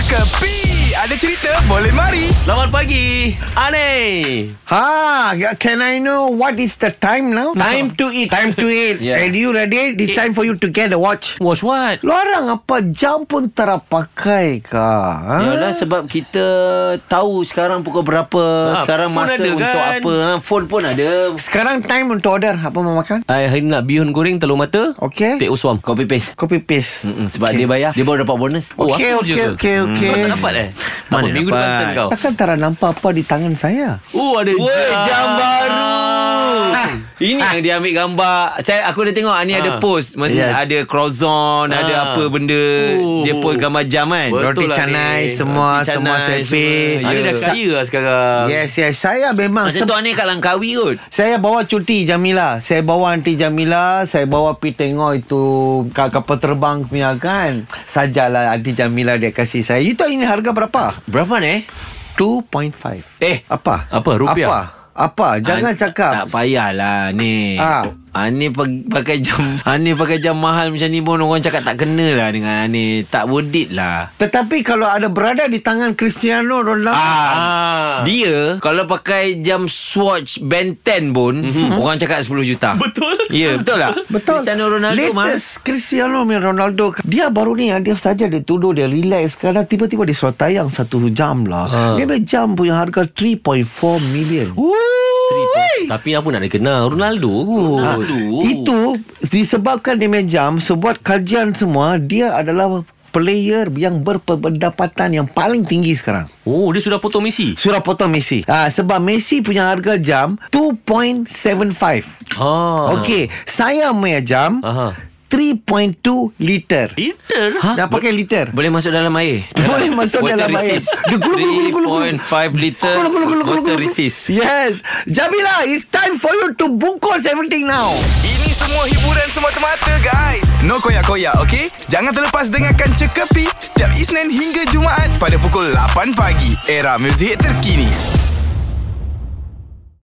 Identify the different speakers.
Speaker 1: Kepi Ada cerita boleh mari
Speaker 2: Selamat pagi Aneh
Speaker 3: Ha, yeah, can I know what is the time now?
Speaker 2: Time to eat.
Speaker 3: Time to eat.
Speaker 2: Yeah.
Speaker 3: And you ready? This time for you to get a watch.
Speaker 2: Watch what?
Speaker 3: Lu orang apa jam pun terapakai kah? Ha?
Speaker 4: Yalah sebab kita tahu sekarang pukul berapa,
Speaker 2: Ah,
Speaker 4: ha, sekarang
Speaker 2: phone
Speaker 4: masa
Speaker 2: ada
Speaker 4: untuk
Speaker 2: kan?
Speaker 4: apa, ha, phone pun ada.
Speaker 3: Sekarang time untuk order apa mau makan?
Speaker 2: I hari ni nak bihun goreng telur mata
Speaker 3: Okey.
Speaker 2: Teh uswam
Speaker 4: Copy paste.
Speaker 3: Kopi paste.
Speaker 4: Mm, sebab okay. dia bayar, dia baru dapat bonus.
Speaker 2: Oh,
Speaker 3: Okey,
Speaker 2: aku je
Speaker 3: okey,
Speaker 2: ke?
Speaker 3: okey, okey.
Speaker 2: Kau tak dapat eh?
Speaker 4: Mana
Speaker 2: Apa, minggu
Speaker 4: dapat?
Speaker 2: depan kau
Speaker 3: Takkan tak nampak apa di tangan saya?
Speaker 2: Oh ada
Speaker 4: Woi, jam baru.
Speaker 2: Ah.
Speaker 4: Ini yang dia ambil gambar. Saya aku dah tengok
Speaker 2: Ah.
Speaker 4: ni ada post, yes.
Speaker 3: Yes.
Speaker 4: ada croissant, ada
Speaker 2: Ah.
Speaker 4: apa benda.
Speaker 2: Oh.
Speaker 4: Dia pun gambar jam kan.
Speaker 2: Betul
Speaker 3: Roti
Speaker 2: lah
Speaker 3: canai,
Speaker 2: ni.
Speaker 3: semua,
Speaker 4: Roti canai,
Speaker 3: semua
Speaker 4: semua.
Speaker 3: sepi.
Speaker 2: Ani dah
Speaker 4: Ya.
Speaker 2: kaya lah sekarang
Speaker 3: Yes, yes. Saya memang
Speaker 4: Masa tu Ani kat Langkawi kot.
Speaker 3: Saya bawa cuti Jamila Saya bawa Aunty Jamila Saya bawa pergi tengok itu ka- Kapal terbang punya kan Sajalah Aunty Jamila dia kasih saya You tahu ini harga berapa?
Speaker 4: Berapa ni?
Speaker 3: 2.5
Speaker 2: Eh,
Speaker 3: Apa?
Speaker 2: apa? Rupiah?
Speaker 3: Apa? Apa? Jangan
Speaker 4: An-
Speaker 3: cakap
Speaker 4: Ah, Tak payahlah ni.
Speaker 3: Ah.
Speaker 4: Ah. Ani pag- pakai jam Ani pakai jam mahal macam ni pun orang cakap tak kena lah dengan Ani. Tak worth it lah.
Speaker 3: Tetapi kalau ada berada di tangan Cristiano Ronaldo
Speaker 2: Ah.
Speaker 4: Ha. Dia kalau pakai jam Swatch Ben 10 pun mm-hmm. orang cakap 10 juta.
Speaker 2: Mhm. Betul.
Speaker 4: Ya, yeah, betul lah.
Speaker 3: Betul
Speaker 4: Cristiano Ronaldo mah.
Speaker 3: Latest Cristiano Ronaldo Dia baru ni ah, Dia saja dia tuduh Dia relax Sekarang tiba-tiba dia suruh tayang Satu jam lah
Speaker 2: Ah.
Speaker 3: Dia punya jam punya harga 3.4 million
Speaker 4: Oh,
Speaker 2: Tapi apa nak dikenal Ronaldo kot
Speaker 4: Ronaldo.
Speaker 3: Itu disebabkan dia punya jam sebuat kajian semua dia adalah player yang berpendapatan yang paling tinggi sekarang.
Speaker 2: Oh dia sudah potong Messi
Speaker 3: Surah potong Messi. Ah sebab Messi punya harga jam 2.75.
Speaker 2: ah.
Speaker 3: Okey, saya punya jam
Speaker 2: Aha.
Speaker 3: 3.2 liter.
Speaker 2: Liter
Speaker 3: Ha? Dah pakai liter.
Speaker 4: Boleh masuk dalam air.
Speaker 3: Boleh masuk
Speaker 4: Water
Speaker 3: dalam air.
Speaker 4: resist.
Speaker 3: Dia gulung, gulung, gulung, gulung.
Speaker 4: 3.5 liter
Speaker 3: Gulung, gulung, gulung, gulung,
Speaker 4: water
Speaker 3: gulung.
Speaker 4: resist.
Speaker 3: Yes. Jamila, it's time for you to bungkus everything now.
Speaker 1: Ini semua hiburan semata-mata guys No koyak-koyak ok Jangan terlepas dengarkan Cekapi Setiap Isnin hingga Jumaat Pada pukul 8 pagi Era muzik terkini